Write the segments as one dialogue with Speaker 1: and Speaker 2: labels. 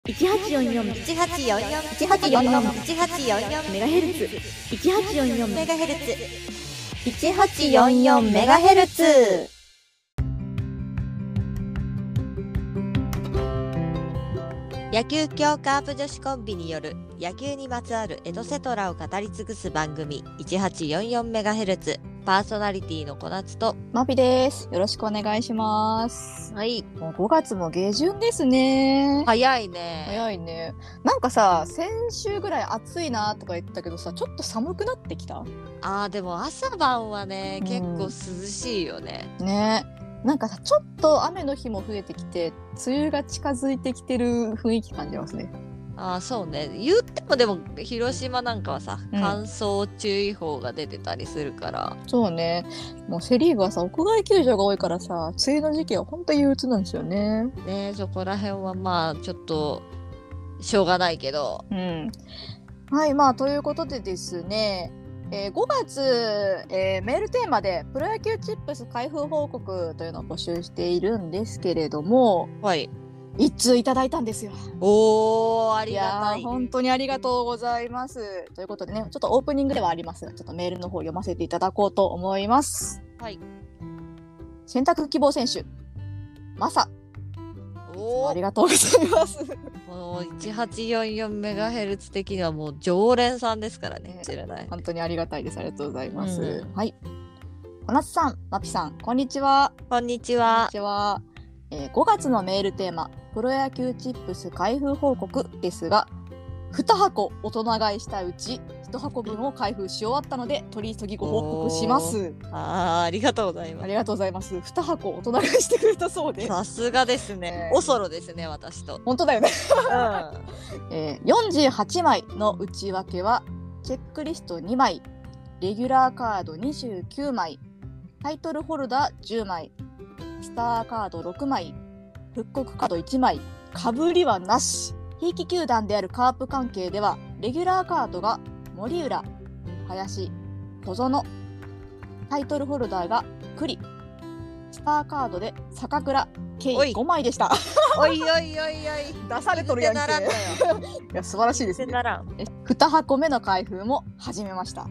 Speaker 1: 一八四四
Speaker 2: 一八四四一八四四
Speaker 1: 一八四四
Speaker 2: メガヘルツ一八四四
Speaker 1: メガヘルツ
Speaker 2: 一八四四メガヘルツ
Speaker 1: 野球協カープ女子コンビによる野球にまつわるエトセトラを語り尽くす番組1844メガヘルツパーソナリティの小夏と
Speaker 3: マビです。よろしくお願いします。
Speaker 1: はい
Speaker 3: もう5月も下旬ですね。
Speaker 1: 早いね
Speaker 3: 早いね。なんかさ、先週ぐらい暑いなとか言ったけどさ、ちょっと寒くなってきた。
Speaker 1: あーでも朝晩はね
Speaker 3: うん
Speaker 1: 結構涼しいよね、
Speaker 3: ね。なんかさ、ちょっと雨の日も増えてきて、梅雨が近づいてきてる雰囲気感じますね。
Speaker 1: あーそうね言ってもでも広島なんかはさ
Speaker 3: うん
Speaker 1: 乾燥注意報が出てたりするから、
Speaker 3: そうね。もうセリーグはさ、屋外球場が多いからさ、梅雨の時期は本当憂鬱なんですよね。
Speaker 1: ねそこら辺はまあちょっとしょうがないけど
Speaker 3: うん。はい、まあ、ということでですね、えー5月、えーメールテーマで、プロ野球チップス開封報告というのを募集しているんですけれども、
Speaker 1: はい
Speaker 3: 一通いただいたんですよ。
Speaker 1: おーあ
Speaker 3: い
Speaker 1: りが
Speaker 3: や
Speaker 1: た
Speaker 3: ー、
Speaker 1: い
Speaker 3: 本当にありがとうございます。ということでね、ちょっとオープニングではありますが、ちょっとメールの方読ませていただこうと思います。
Speaker 1: はい。
Speaker 3: 選択希望選手、マサ、
Speaker 1: お
Speaker 3: あ
Speaker 1: ー
Speaker 3: りがとうございます。
Speaker 1: もう1844メガヘルツ的にはもう常連さんですからね。
Speaker 3: ね
Speaker 1: 知らない。
Speaker 3: 本当にありがたいです。ありがとうございます。
Speaker 1: う
Speaker 3: はい。小夏さん、まぴさん、こんにちは。
Speaker 1: こんにち
Speaker 3: こん
Speaker 1: は
Speaker 3: に。ちは。えー5月のメールテーマ、プロ野球チップス開封報告ですが、2箱大人買いしたうち、1箱分を開封し終わったので、取り急ぎご報告します。
Speaker 1: あーありがとうございま
Speaker 3: あ
Speaker 1: す。
Speaker 3: りがとうございます。2箱大人買いしてくれたそうです。
Speaker 1: さすがですね
Speaker 3: ね。
Speaker 1: おそろですね、私と。
Speaker 3: 本当だよね。
Speaker 1: うん
Speaker 3: えー48枚の内訳はチェックリスト2枚レギュラーカード29枚タイトルホルダー10枚スターカード6枚復刻カード1枚かぶりはなしひいき球団であるカープ関係ではレギュラーカードが森浦林小園タイトルホルダーが栗スターカードで坂倉計
Speaker 1: おい
Speaker 3: 5枚でした
Speaker 1: おいおいお いおい。
Speaker 3: 出されとるやんけ
Speaker 1: 見てならん のよ。
Speaker 3: いや素晴らしいで
Speaker 1: 見てならん。
Speaker 3: 2箱目の開封も始めました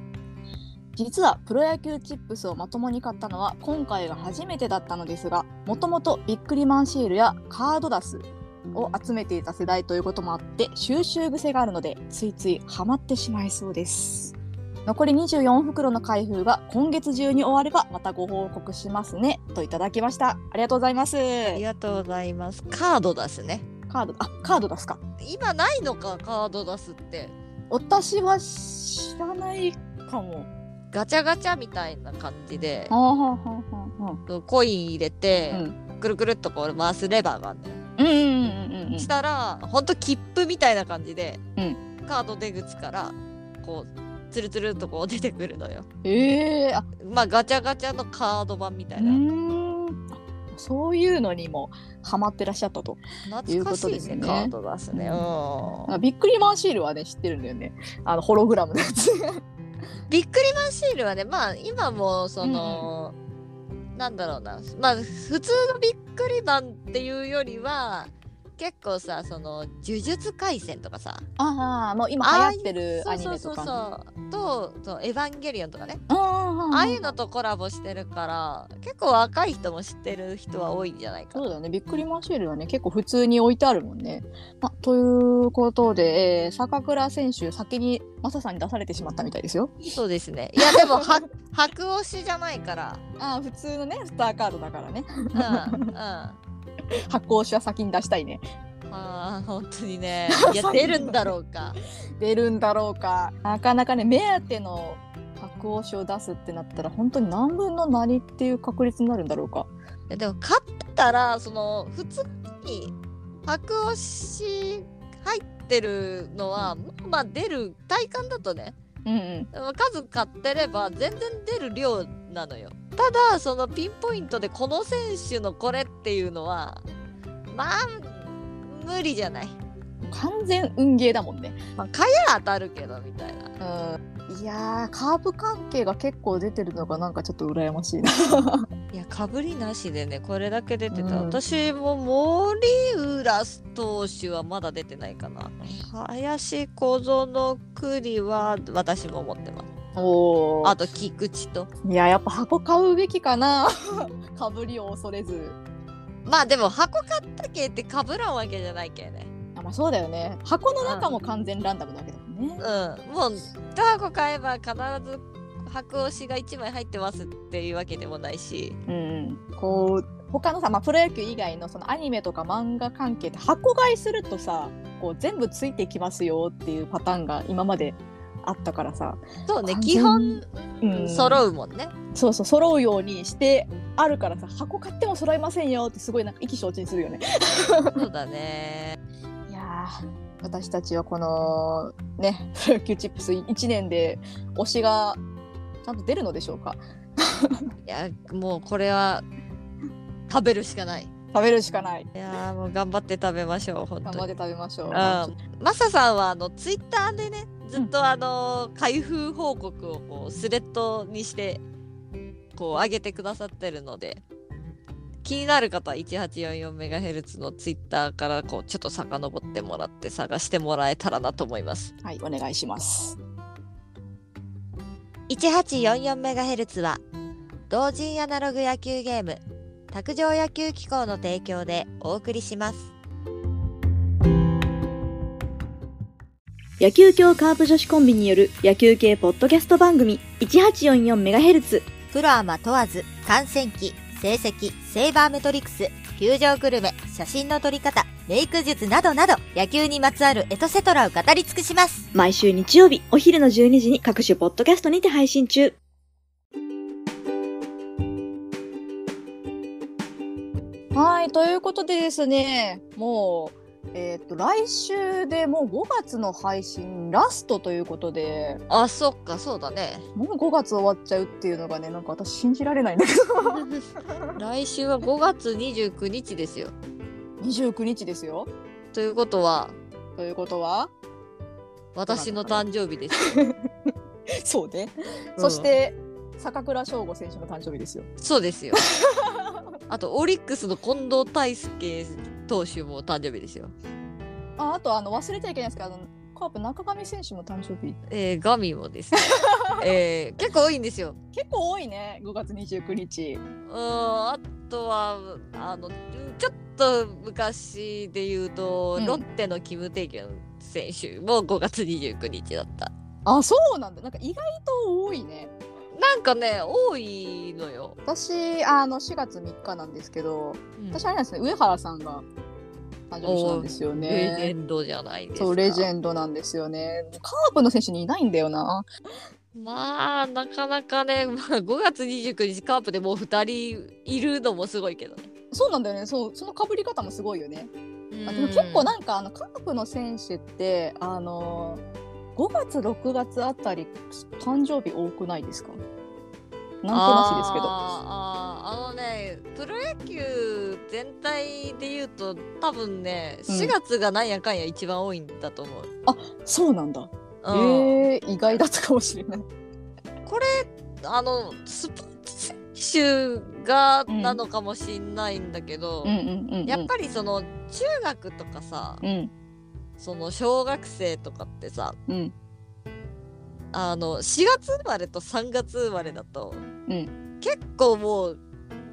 Speaker 3: 実はプロ野球チップスをまともに買ったのは今回が初めてだったのですがもともとビックリマンシールやカードダスを集めていた世代ということもあって収集癖があるのでついついハマってしまいそうです残り24袋の開封が今月中に終わればまたご報告しますねといただきましたありがとうございます
Speaker 1: ありがとうございます。カード出すね。
Speaker 3: カードあカードダスか
Speaker 1: 今ないのか、カード出すって。
Speaker 3: 私は知らないかも
Speaker 1: ガチャガチャみたいな感じで、
Speaker 3: あはははは
Speaker 1: コイン入れて、
Speaker 3: うん
Speaker 1: くるくるっとこう回すレバーがあるのよ。
Speaker 3: うんうんうんうん
Speaker 1: したらほんと切符みたいな感じで、
Speaker 3: う
Speaker 1: カード出口からこうつるつるっとこう出てくるのよ
Speaker 3: ええあ
Speaker 1: まあガチャガチャのカード版みた
Speaker 3: う
Speaker 1: いな
Speaker 3: ーんそういうのにもハマってらっしゃったと
Speaker 1: 懐かしい
Speaker 3: いうことで
Speaker 1: ね
Speaker 3: すね
Speaker 1: カード出すね
Speaker 3: う
Speaker 1: うん
Speaker 3: あビックリマンシールはね知ってるんだよねあのホログラムのやつ
Speaker 1: ビックリマンシールはねまあ今もその、なんだろうなまあ普通のビックリマンっていうよりは結構さその呪術廻戦とかさ
Speaker 3: ああもう今流行ってるアニメとか
Speaker 1: そうそうそうそうとそうエヴァンゲリオンとかね
Speaker 3: あ
Speaker 1: ああいうのとコラボしてるから結構若い人も知ってる人は多いんじゃないか
Speaker 3: そ
Speaker 1: な。
Speaker 3: うだよねビックリマンシールはね結構普通に置いてあるもんね、ま、ということで、えー坂倉選手先にマサさんに出されてしまったみたいですよ
Speaker 1: そうですね。いやでもは 白押しじゃないから。
Speaker 3: ああ普通のねスターカードだからね
Speaker 1: うんうん。あ
Speaker 3: 発行しは先に出したいね
Speaker 1: あ本当にね。いや出るんだろうか。
Speaker 3: 出るんだろうかなかなかね目当ての白押しを出すってなったら本当に何分の何っていう確率になるんだろうか
Speaker 1: いやでも勝ったらその普通に白押し入ってるのはまあ出る体感だとね
Speaker 3: うんうん
Speaker 1: 数買ってれば全然出る量なのよただそのピンポイントでこの選手のこれっていうのはまあ無理じゃない、
Speaker 3: 完全運ゲーだもんね
Speaker 1: まあ、かや当たるけどみたいな
Speaker 3: うんいやーカーブ関係が結構出てるのがなんかちょっと羨ましいな
Speaker 1: いやかぶりなしでねこれだけ出てた、
Speaker 3: うん
Speaker 1: 私も森浦投手はまだ出てないかな林小園栗は私も持ってます
Speaker 3: お
Speaker 1: あと菊池と
Speaker 3: いややっぱ箱買うべきかな かぶりを恐れず
Speaker 1: まあでも箱買ったけってかぶらんわけじゃないけね
Speaker 3: あまあそうだよね箱の中も完全ランダムだけどね、
Speaker 1: うんもう1箱買えば必ず箱押しが1枚入ってますっていうわけでもないし
Speaker 3: うん、こう他のさ、まあ、プロ野球以外のそのアニメとか漫画関係って箱買いするとさこう全部ついてきますよっていうパターンが今まであったからさ、
Speaker 1: そうね
Speaker 3: 完全
Speaker 1: 基本
Speaker 3: うん
Speaker 1: 揃うもんね
Speaker 3: そうそう揃うようにしてあるからさ箱買っても揃いませんよってすごいなんか意気消沈するよね。
Speaker 1: そうだね
Speaker 3: いやー私たちはこのねプロ野球チップス1年で推しがちゃんと出るのでしょうか
Speaker 1: いやもうこれは食べるしかない
Speaker 3: 食べるしかない
Speaker 1: いやーもう頑張って食べましょう本
Speaker 3: 頑
Speaker 1: 当
Speaker 3: 張っ
Speaker 1: に
Speaker 3: て。食べましょう。
Speaker 1: うん、マサさんはあのツイッターでねずっとあの開封報告をこうスレッドにしてこう上げてくださってるので気になる方は 1844MHz のツイッターからこうちょっと遡ってもらって探してもらえたらなと思います
Speaker 3: はいお願いします。
Speaker 1: 1844MHz は同人アナログ野球ゲーム卓上野球機構の提供でお送りします
Speaker 4: 野球協カープ女子コンビによる野球系ポッドキャスト番組 1844MHz
Speaker 2: プロアマ問わず、観戦記、成績、セイバーメトリクス、球場グルメ、写真の撮り方、メイク術などなど、野球にまつわるエトセトラを語り尽くします。
Speaker 4: 毎週日曜日お昼の12時に各種ポッドキャストにて配信中
Speaker 3: はい、ということでですね、もう、えーっと、来週でもう5月の配信ラストということで、
Speaker 1: あそっかそうだね
Speaker 3: もう5月終わっちゃうっていうのがね、なんか私信じられないんだけど。
Speaker 1: 来週は5月29日ですよ。
Speaker 3: 29日ですよ。
Speaker 1: ということは
Speaker 3: ということは、
Speaker 1: 私の誕生日ですよ。
Speaker 3: そうね。
Speaker 1: うん
Speaker 3: そして、坂倉翔吾選手の誕生日ですよ。
Speaker 1: そうですよ。あとオリックスの近藤泰介投手も誕生日ですよ。
Speaker 3: あ、あと、あの、忘れちゃいけないんですけど、あの、カープ中上選手も誕生日。
Speaker 1: えー、ガミもです、ねえー結構多いんですよ。
Speaker 3: 結構多いね、5月29日。
Speaker 1: うーんあとはあのちょっと昔で言うと、
Speaker 3: うん
Speaker 1: ロッテのキム・テイギョン選手も5月29日だった。
Speaker 3: あ、そうなんだ。なんか意外と多いね。
Speaker 1: なんかね多いのよ。
Speaker 3: 私、あの、4月3日なんですけど、
Speaker 1: うん
Speaker 3: 私あれなんですね上原さんが誕生日なんですよ
Speaker 1: レジ
Speaker 3: ね
Speaker 1: ェ。ンドじゃないですか。
Speaker 3: そうレジェンドなんですよね。カープの選手にいないんだよな。
Speaker 1: まあなかなかね、 まあ、5月29日カープでもう2人いるのもすごいけどね。
Speaker 3: そうなんだよね。そうその被り方もすごいよね。あでも結構
Speaker 1: な
Speaker 3: なんかあのカープの選手ってあの5月6月あたり誕生日多くないですか？なんとなしですけど。
Speaker 1: あーあーあのねプロ野球全体で言うと多分ね
Speaker 3: うん
Speaker 1: 4月がなんやかんや一番多いんだと思う。
Speaker 3: そうなんだ。
Speaker 1: うん
Speaker 3: えー、意外だったかもしれない。
Speaker 1: これあのスポーツ選手が
Speaker 3: うん
Speaker 1: なのかもしんないんだけど、
Speaker 3: うんうんうんうん。
Speaker 1: やっぱりその中学とかさ、
Speaker 3: うん
Speaker 1: その小学生とかってさ
Speaker 3: うん
Speaker 1: あの4月生まれと3月生まれだと、
Speaker 3: う
Speaker 1: 結構もう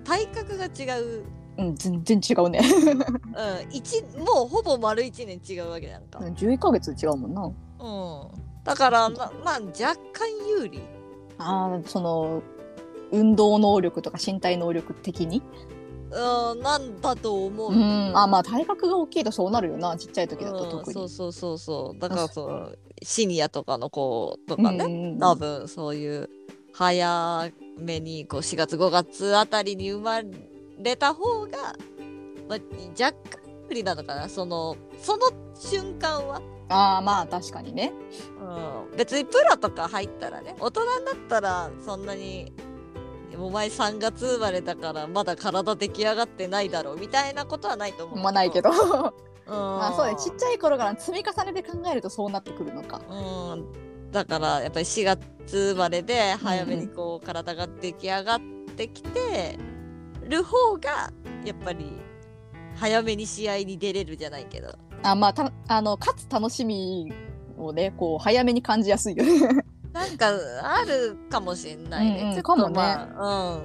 Speaker 1: 体格が違う、
Speaker 3: うん全然違 うね。
Speaker 1: うん、一もうほぼ丸1年違うわけじゃんか、
Speaker 3: 11ヶ月違うもんな。
Speaker 1: うん、だからままあ若干有利
Speaker 3: あーその運動能力とか身体能力的に、
Speaker 1: うんなんだと思う、
Speaker 3: う
Speaker 1: うん
Speaker 3: ん、あまあ体格が大きいとそうなるよなちっちゃい時だと特
Speaker 1: そう
Speaker 3: に。
Speaker 1: そうそうそうだからそのシニアとかの子と
Speaker 3: うん
Speaker 1: かね、
Speaker 3: うん
Speaker 1: 多分そういう早めにこう4月5月あたりに生まれた方が、まあ、若干不利なのかなそのその瞬間は、
Speaker 3: ああまあ確かにね。
Speaker 1: うん、別にプロとか入ったらね大人になったらそんなに「お前3月生まれだからまだ体出来上がってないだろう」みたいなことはないと思う
Speaker 3: まあないけど、 ま
Speaker 1: ま
Speaker 3: あそうねちっちゃい頃から積み重ねて考えるとそうなってくるのか。
Speaker 1: うん、だからやっぱり4月生まれで早めにこう体が出来上がってきて、る方がやっぱり早めに試合に出れるじゃないけど
Speaker 3: あまあたあの勝つ楽しみをねこう早めに感じやすいよ ね
Speaker 1: なんかあるかもしんないね。
Speaker 3: うんうん
Speaker 1: ちょっ
Speaker 3: かも
Speaker 1: と
Speaker 3: ね
Speaker 1: まあ、うん。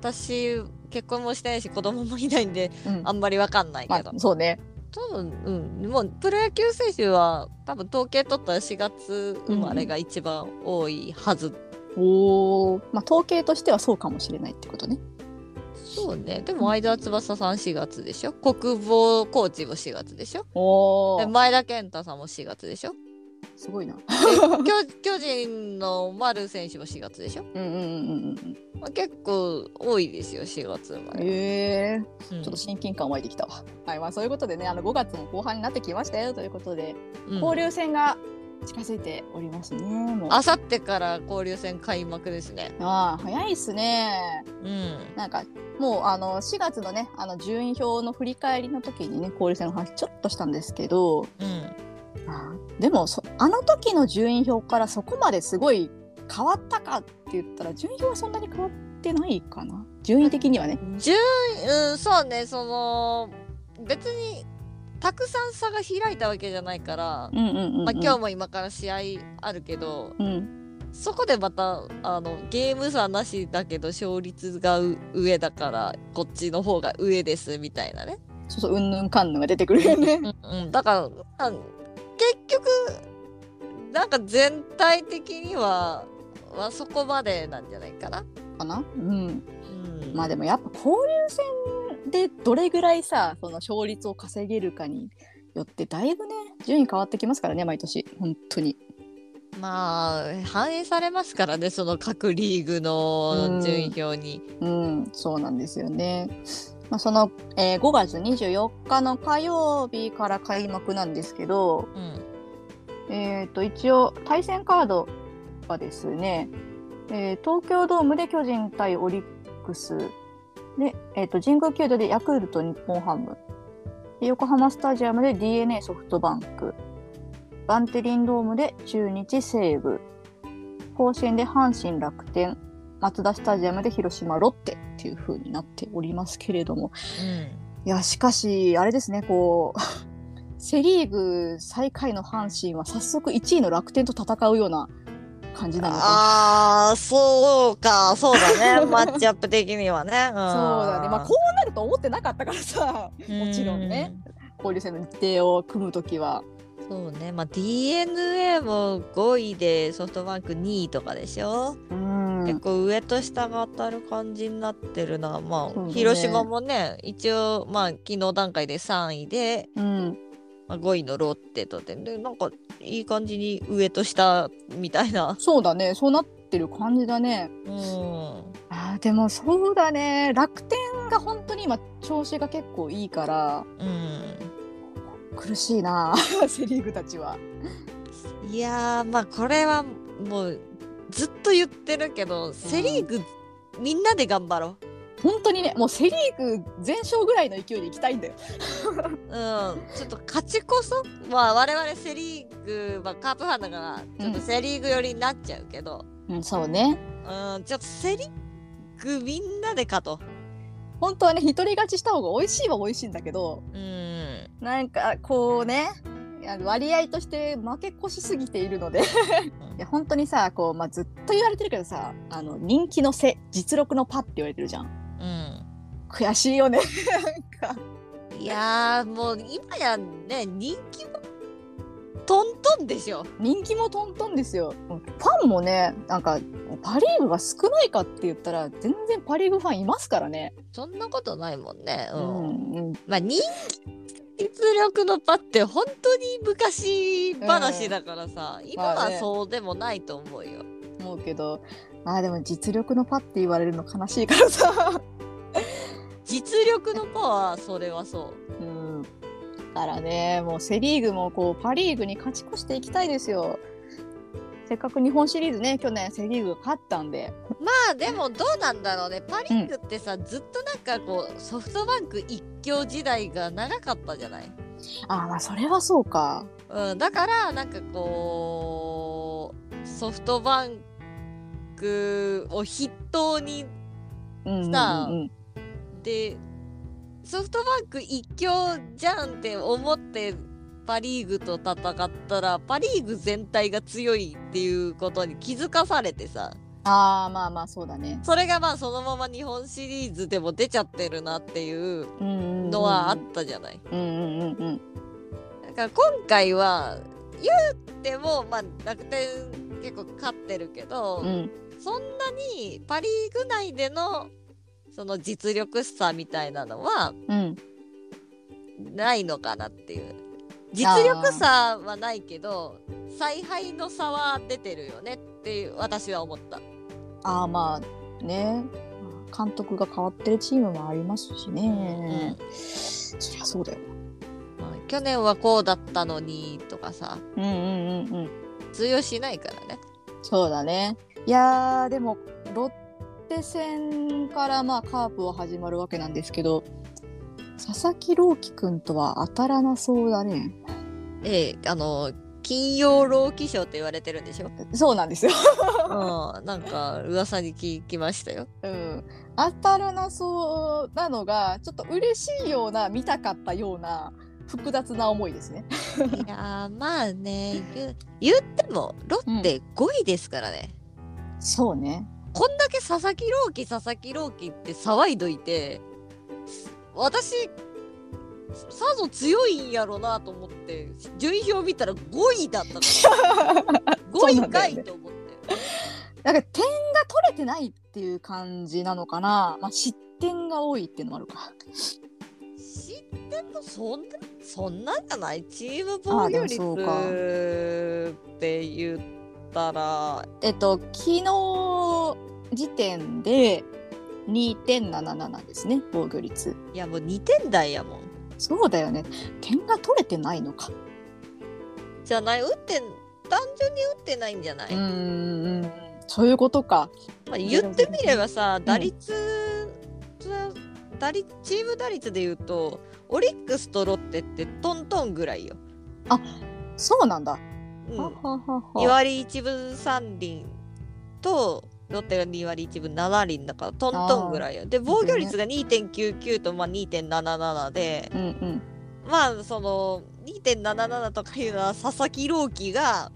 Speaker 1: 私結婚もしてないし子供もいないんで
Speaker 3: うん
Speaker 1: あんまりわかんない
Speaker 3: ま
Speaker 1: けど
Speaker 3: あ、そうね
Speaker 1: 多分うんもうプロ野球選手は多分統計取ったら4月生まれが一番多いはず。
Speaker 3: おおまあ統計としてはそうかもしれないってことね
Speaker 1: そうね。でも相沢翼さん4月でしょ。国防コーチも4月でしょ。
Speaker 3: お
Speaker 1: で
Speaker 3: お
Speaker 1: 前田健太さんも4月で しょ。
Speaker 3: すごい な
Speaker 1: 巨巨人の丸選手も4月でしょ。
Speaker 3: うんうんうんうん
Speaker 1: まあ、結構多いですよ4月生ま
Speaker 3: うん
Speaker 1: れ。
Speaker 3: えー、
Speaker 1: ちょ
Speaker 3: ちょっと親近感湧いてきたわはいまあそういうことでねあの5月も後半になってきましたよということで交流戦が近づいておりますねもう
Speaker 1: あさってから交流戦開幕ですね。
Speaker 3: あー早いっすね
Speaker 1: うん。
Speaker 3: なんかもうあの4月のねあの順位表の振り返りの時にね交流戦の話ちょっとしたんですけど
Speaker 1: うん。
Speaker 3: でもそあの時の順位表からそこまですごい変わったかって言ったら順位表はそんなに変わってないかな順位的にはね
Speaker 1: 順位、うん、そうね、その、別に、たくさん差が開いたわけじゃないから、
Speaker 3: うんうんうん、うん、
Speaker 1: まあ、今日も今から試合あるけど、
Speaker 3: うん
Speaker 1: そこでまた、あの、ゲーム差なしだけど、勝率がう上だから、こっちの方が上です、みたいなね。
Speaker 3: そうそううんぬんかんぬんが出てくるよね
Speaker 1: うん、うん、だから、なん結局、なんか全体的には、はそこまでなんじゃないかな。
Speaker 3: かなうん
Speaker 1: うん
Speaker 3: まあでもやっぱ交流戦でどれぐらいさその勝率を稼げるかによってだいぶね順位変わってきますからね毎年本当に
Speaker 1: まあ反映されますからねその各リーグの順位表に。
Speaker 3: うん、そうなんですよね。まあ、その、えー5月24日の火曜日から開幕なんですけど、
Speaker 1: うん
Speaker 3: えー、と一応対戦カードがですね、えー東京ドームで巨人対オリックスで、えー、と神宮球場でヤクルト日本ハムで横浜スタジアムで d n a ソフトバンクバンテリンドームで中日西武甲子園で阪神楽天マツダスタジアムで広島ロッテっていう風になっておりますけれどもいやしかしあれですねこう セ・リーグ最下位の阪神は早速1位の楽天と戦うような感じなのか
Speaker 1: ああそうかそうだ ねマッチアップ的にはね。そ
Speaker 3: そ
Speaker 1: う
Speaker 3: うだねまあこうなると思ってなかったからさもちろんね。交流戦の日程を組む時は
Speaker 1: そうねまあ d n a も5位でソフトバンク2位とかでしょ、
Speaker 3: う
Speaker 1: 結
Speaker 3: ん
Speaker 1: 構上と下が当たる感じになってるなま
Speaker 3: そうだ
Speaker 1: あ、
Speaker 3: ね
Speaker 1: 広島もね一応まあ昨日段階で3位で。
Speaker 3: うん
Speaker 1: まあ5位のロッテとででなんかいい感じに上と下みたいな。
Speaker 3: そうだねそうなってる感じだね
Speaker 1: うん
Speaker 3: あーでもそうだね楽天が本当に今調子が結構いいから
Speaker 1: うん、
Speaker 3: 苦しいな セ・リーグたちは。
Speaker 1: いやーまあこれはもうずっと言ってるけど、セ・リーグみんなで頑張ろう。
Speaker 3: 本当にねもうセ・リーグ全勝ぐらいの勢いでいきたいんだよ。
Speaker 1: うん、ちょっと勝ちこそまあ我々セ・リーグ、まあ、カープファンだからちょっとセ・リーグ寄りになっちゃうけど、
Speaker 3: うん、そうね
Speaker 1: うん、ちょっとセ・リーグみんなでかと。
Speaker 3: 本当はね一人勝ちした方が美味しいは美味しいんだけど
Speaker 1: うん
Speaker 3: なんかこうねあの割合として負け越しすぎているのでいや本当にさこう、まあ、ずっと言われてるけどさあの人気の背実力のパって言われてるじゃん
Speaker 1: うん
Speaker 3: 悔しいよねなんか
Speaker 1: いやーもう今やね人気もトントンでしょ。
Speaker 3: 人気もトントンですよファンもねなんかパ・リーグが少ないかって言ったら全然パ・リーグファンいますからね
Speaker 1: そんなことないもんね。
Speaker 3: う
Speaker 1: う
Speaker 3: ん、
Speaker 1: ん。まあ人気実力のパって本当に昔話だからさ、今
Speaker 3: まあ
Speaker 1: は
Speaker 3: ね
Speaker 1: そうでもないと思うよ。
Speaker 3: 思うけどあーでも実力のパって言われるの悲しいからさ
Speaker 1: 実力のパはそれはそ
Speaker 3: うんだからね、もうセ・リーグもこうパ・リーグに勝ち越していきたいですよ。せっかく日本シリーズね、去年セ・リーグが勝ったんで、
Speaker 1: う。まあでもどうなんだろうね。パ・リーグってさ、ずっとなんかこうソフトバンク一強時代が長かったじゃない。
Speaker 3: あーまあ、それはそうか。
Speaker 1: うん、だからなんかこうソフトバンクを筆頭に
Speaker 3: うんうんうんうん
Speaker 1: さあってソフトバンク一強じゃんって思ってパ・リーグと戦ったらパ・リーグ全体が強いっていうことに気づかされてさ
Speaker 3: ああまあまあそうだね。
Speaker 1: それがまあそのまま日本シリーズでも出ちゃってるなっていう
Speaker 3: うんうんうん
Speaker 1: のはあったじゃない。
Speaker 3: うんうんうんうん。
Speaker 1: だから今回は言うても、まあ、楽天結構勝ってるけど、
Speaker 3: うん
Speaker 1: そんなにパ・リーグ内でのその実力差みたいなのは
Speaker 3: うん
Speaker 1: ないのかなっていう実力差はないけど采配の差は出てるよねっていう私は思った
Speaker 3: ああまあね監督が変わってるチームもありますしね、そりゃそうだよ
Speaker 1: まあ去年はこうだったのにとかさ
Speaker 3: うんうんうんうん
Speaker 1: 通用しないからね
Speaker 3: そうだねいやーでもロッテ戦からまあカープは始まるわけなんですけど佐々木朗希君とは当たらなそうだね
Speaker 1: ええあの金曜老気賞って言われてるんで しょ
Speaker 3: そうなんですよ、
Speaker 1: うんなんか噂に聞きましたよ
Speaker 3: うん、当たらなそうなのがちょっと嬉しいような見たかったような複雑な思いですね
Speaker 1: いやーまあね言う言ってもロッテ5位ですからね、
Speaker 3: そうね
Speaker 1: こんだけ佐々木朗希佐々木朗希って騒いどいて私さぞ強いんやろなと思って順位表見たら5位だったから
Speaker 3: そうな
Speaker 1: 5位
Speaker 3: ん
Speaker 1: か
Speaker 3: だよ
Speaker 1: い
Speaker 3: ね
Speaker 1: と思って。
Speaker 3: なんか点が取れてないっていう感じなのかな、まあ、失点が多いっていうのもあるか。
Speaker 1: 知ってもそんなそんなんじゃないチーム防御
Speaker 3: あでもそうか
Speaker 1: 率って言ったら
Speaker 3: えっと昨日時点で2.77ですね防御率。
Speaker 1: いやもう2点台やもん
Speaker 3: そうだよね点が取れてないのか。
Speaker 1: じゃない打って単純に打ってないんじゃな
Speaker 3: う
Speaker 1: い、
Speaker 3: ー
Speaker 1: ま
Speaker 3: んそういうことか。
Speaker 1: あ、言ってみればさ打率、打率チーム打率で言うとオリックスとロッテってトントンぐらいよ、
Speaker 3: そうなんだ。
Speaker 1: うん、
Speaker 3: ははは
Speaker 1: 2割1分3厘とロッテが2割1分7厘だからトントンぐらいよで防御率が2.99と、まあ、2.77で
Speaker 3: うんうん。
Speaker 1: まあその2.77とかいうのは佐々木朗希が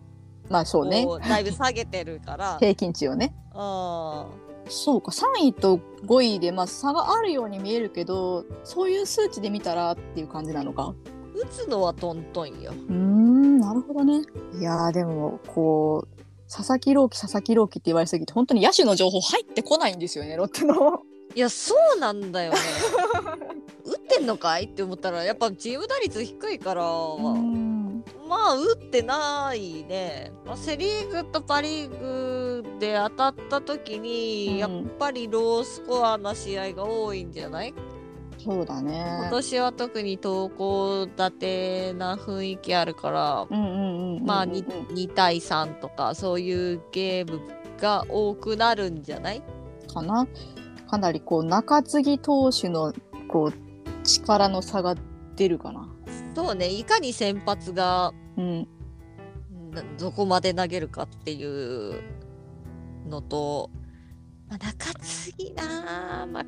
Speaker 3: まあそうね
Speaker 1: こうだいぶ下げてるから
Speaker 3: 平均値をね。
Speaker 1: あ
Speaker 3: そうか3位と5位でまあ差があるように見えるけどそういう数値で見たらっていう感じなのか。
Speaker 1: 打つのはトントンよ。
Speaker 3: うーんなるほどね。いやーでもこう佐々木朗希佐々木朗希って言われすぎて本当に野手の情報入ってこないんですよねロッテの。
Speaker 1: いやそうなんだよね打ってんのかいって思ったらやっぱチーム打率低いから。まあ打ってないね、まあ、セ・リーグとパ・リーグで当たった時に、
Speaker 3: うん
Speaker 1: やっぱりロースコアな試合が多いんじゃない
Speaker 3: そうだ
Speaker 1: 今
Speaker 3: ね。
Speaker 1: 年は特に投稿立てな雰囲気あるから、
Speaker 3: うんうんうんうんうん
Speaker 1: まあ 2, 2対3とかそういうゲームが多くなるんじゃない
Speaker 3: かなかなりこう中継ぎ投手のこう力の差が出るかな。
Speaker 1: そうねいかに先発が
Speaker 3: うん
Speaker 1: などこまで投げるかっていうのと、まあ、中継ぎなあ、まあ、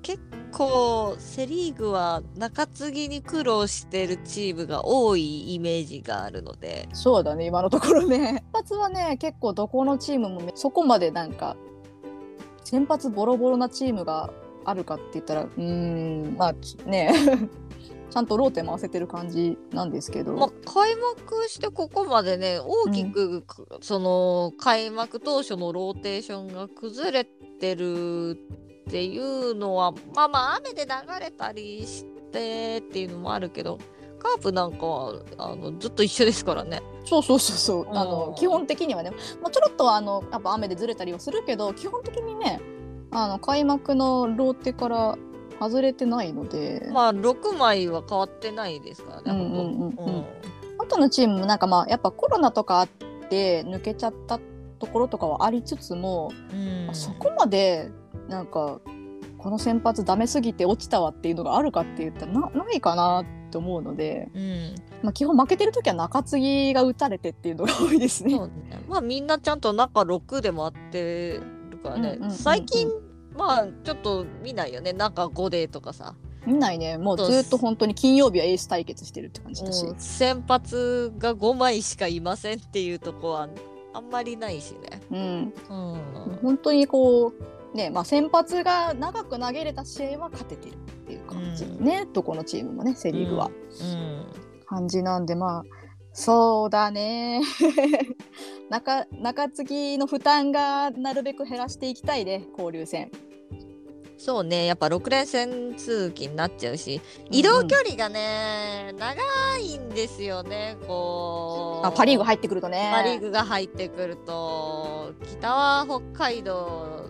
Speaker 1: 結構セ・リーグは中継ぎに苦労してるチームが多いイメージがあるので
Speaker 3: そうだね今のところね。 先発はね結構どこのチームもめそこまでなんか先発ボロボロなチームがあるかって言ったらうーんまあちね ちゃんとローテ回せてる感じなんですけど、
Speaker 1: まあ、開幕してここまでね大きくく、その開幕当初のローテーションが崩れてるっていうのはまあまあ雨で流れたりしてっていうのもあるけどカープなんかはあのずっと一緒ですからね。
Speaker 3: そうそうそうそうあ
Speaker 1: う
Speaker 3: の
Speaker 1: ん
Speaker 3: 基本的にはね、まあ、ちょろっとはあのやっぱ雨でずれたりはするけど基本的にねあの開幕のローテから外れてないので、
Speaker 1: まあ6枚は変わってないですからね、
Speaker 3: うん
Speaker 1: ほとど
Speaker 3: うんうんうん後のチームもなんかまあやっぱコロナとかあって抜けちゃったところとかはありつつも、
Speaker 1: うん
Speaker 3: そこまでなんかこの先発ダメすぎて落ちたわっていうのがあるかって言ったらなないかなって思うので、
Speaker 1: うん
Speaker 3: まあ、基本負けてる時は中継ぎが打たれてっていうのが多いですね
Speaker 1: そ。うねまあみんなちゃんと中6でもあってるからね、
Speaker 3: うんうんうんうん
Speaker 1: 最近まあちょっと見ないよね中5でとかさ、
Speaker 3: 見ないねもうずっと本当に金曜日はエース対決してるって感じだし、
Speaker 1: うん先発が5枚しかいませんっていうとこはあんまりないしね。
Speaker 3: うん、
Speaker 1: うん
Speaker 3: 本当にこうねまあ先発が長く投げれた試合は勝ててるっていう感じね、どこのチームもねセ・リーグは、
Speaker 1: うん
Speaker 3: 感じなんでまあそうだね 中中継ぎの負担がなるべく減らしていきたいね交流戦
Speaker 1: そうねやっぱ6連戦通勤になっちゃうし移動距離がね、長いんですよねこう
Speaker 3: あパ・リーグ入ってくるとね
Speaker 1: パ・リーグが入ってくると北は北海道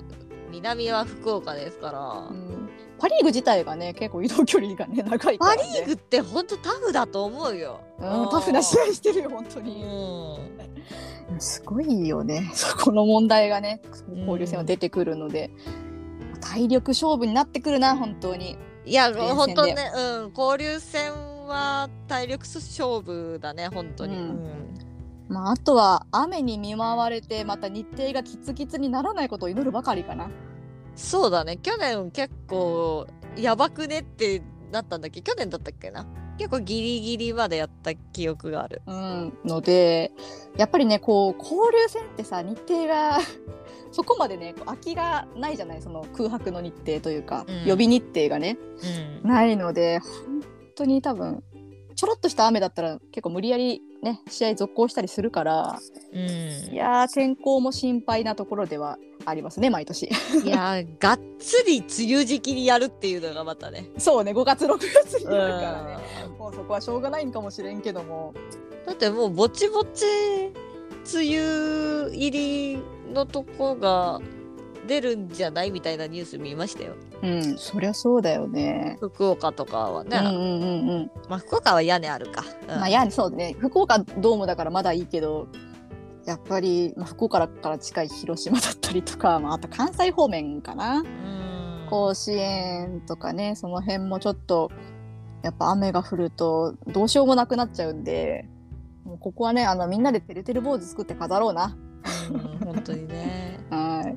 Speaker 1: 南は福岡ですから、
Speaker 3: うんパ・リーグ自体がね結構移動距離がね 長いか
Speaker 1: パ・
Speaker 3: ら、
Speaker 1: リ
Speaker 3: ね、
Speaker 1: ーグってほんとタフだと思うよ。
Speaker 3: うん、タフな試合してるよ本当に、
Speaker 1: う
Speaker 3: すごいよね そこの問題がね交流戦は出てくるので、体力勝負になってくるな本当に
Speaker 1: ん、いや
Speaker 3: 連戦で
Speaker 1: ほんとね、うん、交流戦は体力勝負だね本当に、
Speaker 3: う
Speaker 1: うんん
Speaker 3: まああとは雨に見舞われてまた日程がキツキツにならないことを祈るばかりかな
Speaker 1: そうだね去年結構やばくねってなったんだっけ去年だったっけな結構ギリギリまでやった記憶がある。
Speaker 3: うん、のでやっぱりねこう交流戦ってさ日程が そこまでねこう空きがないじゃないその空白の日程というか、
Speaker 1: うん
Speaker 3: 予備日程がね
Speaker 1: うん
Speaker 3: ないので本当に多分ちょろっとした雨だったら結構無理やりね試合続行したりするから
Speaker 1: うん
Speaker 3: いやー天候も心配なところではありますね毎年
Speaker 1: いやーがっつり梅雨時期にやるっていうのがまたね。
Speaker 3: そうね5月6月に
Speaker 1: うん
Speaker 3: なるからねもうそこはしょうがないんかもしれんけども
Speaker 1: だってもうぼちぼち梅雨入りのとこが出るんじゃないみたいなニュース見ましたよ。
Speaker 3: うんそりゃそうだよね
Speaker 1: 福岡とかはね。
Speaker 3: うんうんうんうん
Speaker 1: まあ福岡は屋根あるか。うん
Speaker 3: まあ、やそうね福岡ドームだからまだいいけどやっぱり、まあ、福岡から近い広島だったりとか、まあ、あと関西方面かな
Speaker 1: うん
Speaker 3: 甲子園とかねその辺もちょっとやっぱ雨が降るとどうしようもなくなっちゃうんでもうここはねあのみんなでてるてる坊主作って飾ろうな。
Speaker 1: うん本当にね。
Speaker 3: はい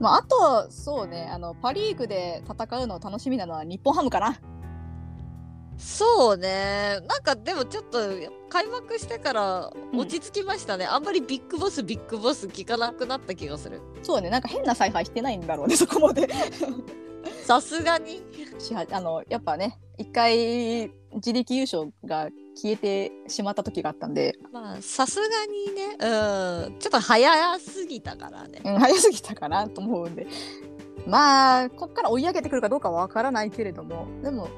Speaker 3: まあ、あとそうねあのパ・リーグで戦うの楽しみなのは日本ハムかな。
Speaker 1: そうね。なんかでもちょっと開幕してから落ち着きましたね。あんまりビッグボスビッグボス聞かなくなった気がする。
Speaker 3: そうねなんか変な采配してないんだろうねそこまで。
Speaker 1: さすがに。
Speaker 3: しはあのやっぱね一回自力優勝が消えてしまった時があったんで、
Speaker 1: まあさすがにねうんちょっと早すぎたからね
Speaker 3: うん、早すぎたかなと思うんでまあこっから追い上げてくるかどうかはわからないけれどもでも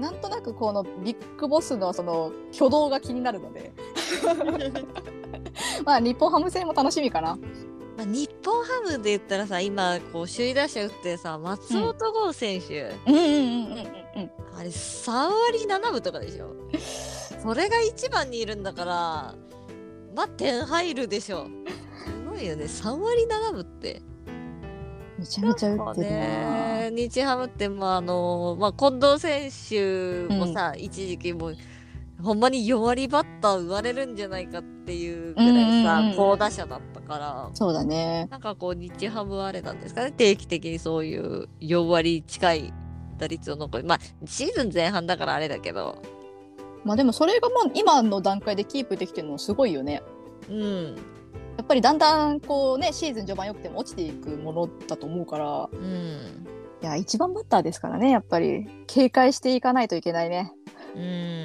Speaker 3: なんとなくこのビッグボスのその挙動が気になるの でまあ日本ハム戦も楽しみかな。
Speaker 1: まあ日本ハムで言ったらさ今こう首位打者打ってさ松本剛選手、
Speaker 3: うんうんうんうんうん
Speaker 1: あれ3割7分とかでしょそれが1番にいるんだからまあ点入るでしょすごいよね3割7分って
Speaker 3: めちゃめちゃ打ってるな。
Speaker 1: ね日ハムってまああの、まあ、近藤選手もさ、一時期もうほんまに4割バッター生まれるんじゃないかっていうぐらい
Speaker 3: うんうんうんう
Speaker 1: さ
Speaker 3: ん
Speaker 1: 好打者だったから
Speaker 3: そうだね。
Speaker 1: なんかこう日ハムはあれなんですかね定期的にそういう4割近い打率を残りまあシーズン前半だからあれだけど
Speaker 3: まあでもそれがもう今の段階でキープできてるのすごいよね。
Speaker 1: うん
Speaker 3: やっぱりだんだんこうねシーズン序盤よくても落ちていくものだと思うから
Speaker 1: うん
Speaker 3: いや一番バッターですからねやっぱり警戒していかないといけないね
Speaker 1: うん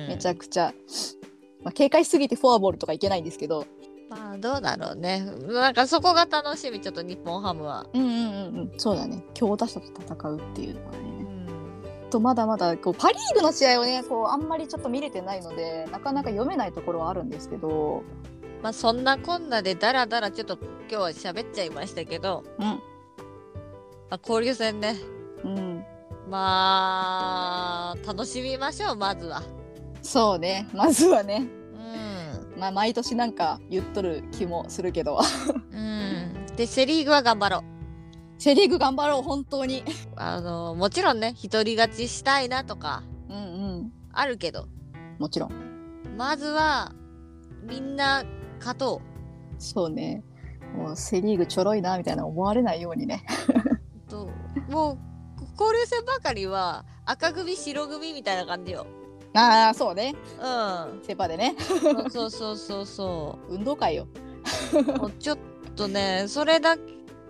Speaker 3: めちゃくちゃ、まあ、警戒しすぎてフォアボールとかいけないんですけど
Speaker 1: まあどうだろうねなんかそこが楽しみちょっと日本ハムは。
Speaker 3: うんうんうんうんそうだね強打者と戦うっていうのは
Speaker 1: う
Speaker 3: ね
Speaker 1: ん
Speaker 3: あとまだまだこうパ・リーグの試合をねこうあんまりちょっと見れてないのでなかなか読めないところはあるんですけど
Speaker 1: まあそんなこんなでだらだらちょっと今日は喋っちゃいましたけど、
Speaker 3: うん
Speaker 1: まあ、交流戦ね
Speaker 3: うん
Speaker 1: まあ楽しみましょうまずは。
Speaker 3: そうねまずはね、
Speaker 1: うん
Speaker 3: まあ、毎年なんか言っとる気もするけど
Speaker 1: うん、でセ・リーグは頑張ろう。
Speaker 3: セ・リーグ頑張ろう本当に
Speaker 1: あのもちろんね独り勝ちしたいなとか
Speaker 3: うんうん
Speaker 1: あるけど
Speaker 3: もちろん
Speaker 1: まずはみんな勝とう。
Speaker 3: そうね。もうセ・リーグちょろいなみたいな思われないようにね。
Speaker 1: 本ともう交流戦ばかりは赤組白組みたいな感じよ。
Speaker 3: ああそうね
Speaker 1: うん
Speaker 3: セパでね
Speaker 1: そうそうそうそうそ
Speaker 3: 運動会よ
Speaker 1: う。もうちょっとねそれだ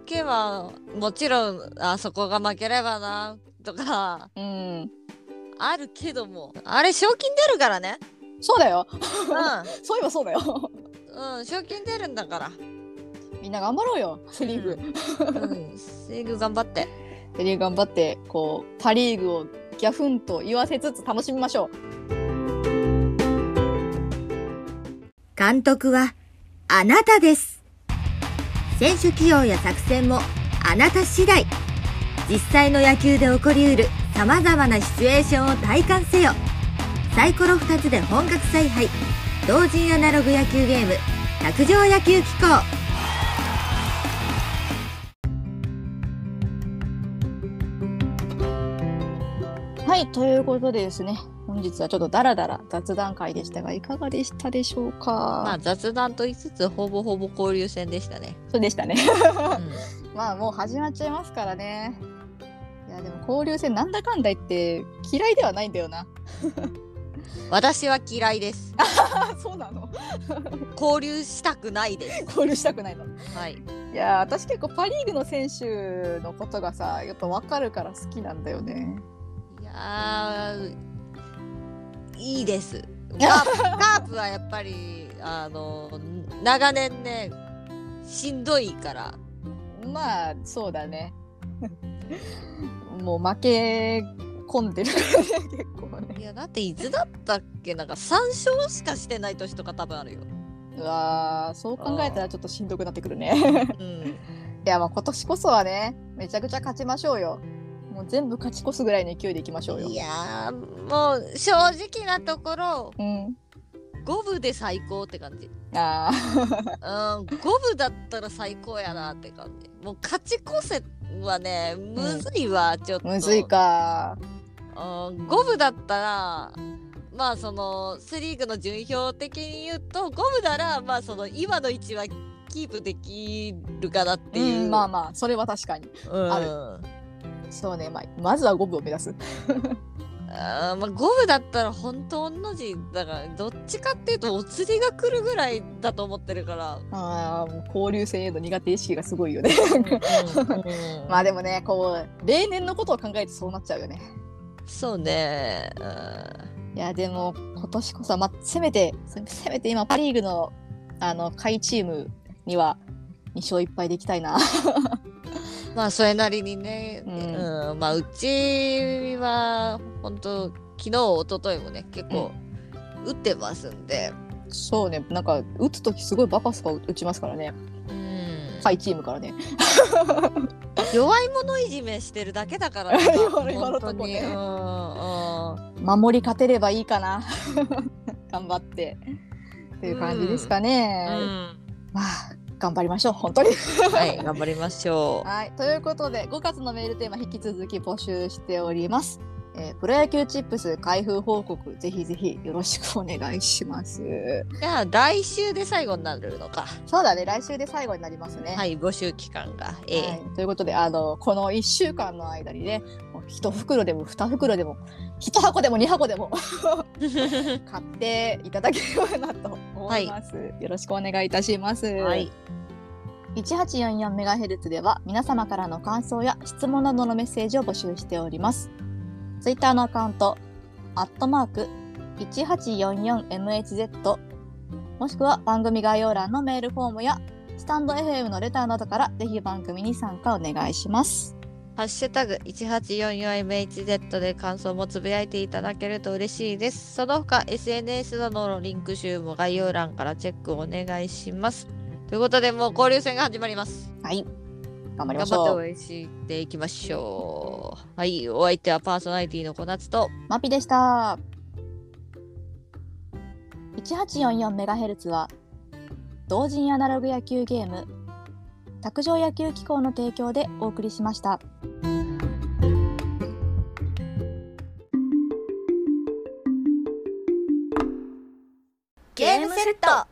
Speaker 1: けはもちろんあそこが負ければなとか
Speaker 3: うん
Speaker 1: あるけどもあれ賞金出るか らね。
Speaker 3: そうだよ
Speaker 1: う
Speaker 3: そういえばそうだよ
Speaker 1: ん、うん、賞金出るんだから。
Speaker 3: みんな頑張ろうよセ・リーグ
Speaker 1: うん、セリーグ頑張って。
Speaker 3: セ・リーグ頑張ってこうパ・リーグをギャフンと言わせつつ楽しみましょう
Speaker 2: 監督はあなたです選手起用や作戦もあなた次第実際の野球で起こりうる様々なシチュエーションを体感せよサイコロ2つで本格采配同人アナログ野球ゲーム卓上野球機構
Speaker 3: はい、ということでですね、本日はちょっとダラダラ雑談会でしたが、いかがでしたでしょうか。
Speaker 1: まあ雑談と言いつつほぼほぼ交流戦でしたね。
Speaker 3: そうでしたね。
Speaker 1: うん
Speaker 3: まあ、もう始まっちゃいますからね。いや、でも交流戦なんだかんだ言って嫌いではないんだよな。
Speaker 1: 私は嫌いです。
Speaker 3: あ、そうなの。
Speaker 1: 交流したくないです。
Speaker 3: 交流したくないの。
Speaker 1: はい。
Speaker 3: いや、私結構パリーグの選手のことがさ、やっぱわかるから好きなんだよね。
Speaker 1: いやーいい です。カープカープはやっぱりあの長年ねしんどいから。
Speaker 3: まあ、そうだね。 もう負け込んでるからね、結構ね。
Speaker 1: いやだっていつだったっけなんか3勝しかしてない年とか多分あるよ。
Speaker 3: うわーそう考えたらちょっとしんどくなってくるね。
Speaker 1: うん。
Speaker 3: いやまあ今年こそはねめちゃくちゃ勝ちましょうよもう全部勝ち越すぐらいの勢いでいきましょうよ
Speaker 1: いやーもう正直なところ
Speaker 3: うん
Speaker 1: 五分で最高って感じ。
Speaker 3: あ
Speaker 1: うん、五分だったら最高やなって感じ。もう勝ち越せはね、むずいわ、ちょっ
Speaker 3: ー
Speaker 1: と。
Speaker 3: むずい。か
Speaker 1: うん、五分だったら、まあそのセ・リーグの順位表的に言うと、五分なら、まあその今の位置はキープできるかなっていう。
Speaker 3: うんまあまあそれは確かに
Speaker 1: うん
Speaker 3: あるそうねまあまずは五分を目指す
Speaker 1: あーまあ、五分だったら本当の字だからどっちかっていうとお釣りが来るぐらいだと思って るから、
Speaker 3: あーもう交流戦への苦手意識がすごいよ ね
Speaker 1: うん
Speaker 3: まあでもねこう例年のことを考えてそうなっちゃうよね
Speaker 1: そうね、うん
Speaker 3: いやでも今年こそは、まあ、せめてせせめて今パ・リーグのあの下位チームには2勝1敗でいきたいな
Speaker 1: まあそれなりにね、
Speaker 3: う
Speaker 1: うんんまあうちは本当昨日一昨日もね結構打ってますんで、
Speaker 3: そうねなんか打つ時すごいバカスカ打ちますからね
Speaker 1: うん
Speaker 3: 下位チームからね
Speaker 1: 弱い者いじめしてるだけだからね
Speaker 3: 弱い者とこね
Speaker 1: 本当に
Speaker 3: 守り勝てればいいかな 頑張ってっていう感じですかね、
Speaker 1: うんうん
Speaker 3: まあ頑張りましょう本当に
Speaker 1: うん はい頑張りましょう。
Speaker 3: はいということで5月のメールテーマ引き続き募集しております、えープロ野球チップス開封報告ぜひぜひよろしくお願いします
Speaker 1: じゃあ来週で最後になるのか。
Speaker 3: そうだね来週で最後になりますね
Speaker 1: はい、募集期間が。ええ
Speaker 3: はいということであのこの1週間の間にねもう1袋でも2袋でも1箱でも2箱でも買っていただければなと思います、よろしくお願いいたします、
Speaker 1: はい、
Speaker 3: 1844MHz では皆様からの感想や質問などのメッセージを募集しております。ツイッターのアカウント、アットマーク 1844MHz もしくは番組概要欄のメールフォームやスタンド FM のレターなどからぜひ番組に参加お願いします。
Speaker 1: ハッシュタグ 1844MHz で感想もつぶやいていただけると嬉しいです。その他 SNS などのリンク集も概要欄からチェックお願いします。ということで、もう交流戦が始まります。
Speaker 3: はい。頑張りま
Speaker 1: 頑
Speaker 3: し
Speaker 1: 張って応
Speaker 3: ょう。
Speaker 1: 援していきましょう。はい、お相手はパーソナリティの小夏と、
Speaker 3: マピでした。1844MHz は同人アナログ野球ゲーム卓上野球機構の提供でお送りしました。
Speaker 2: ゲームセット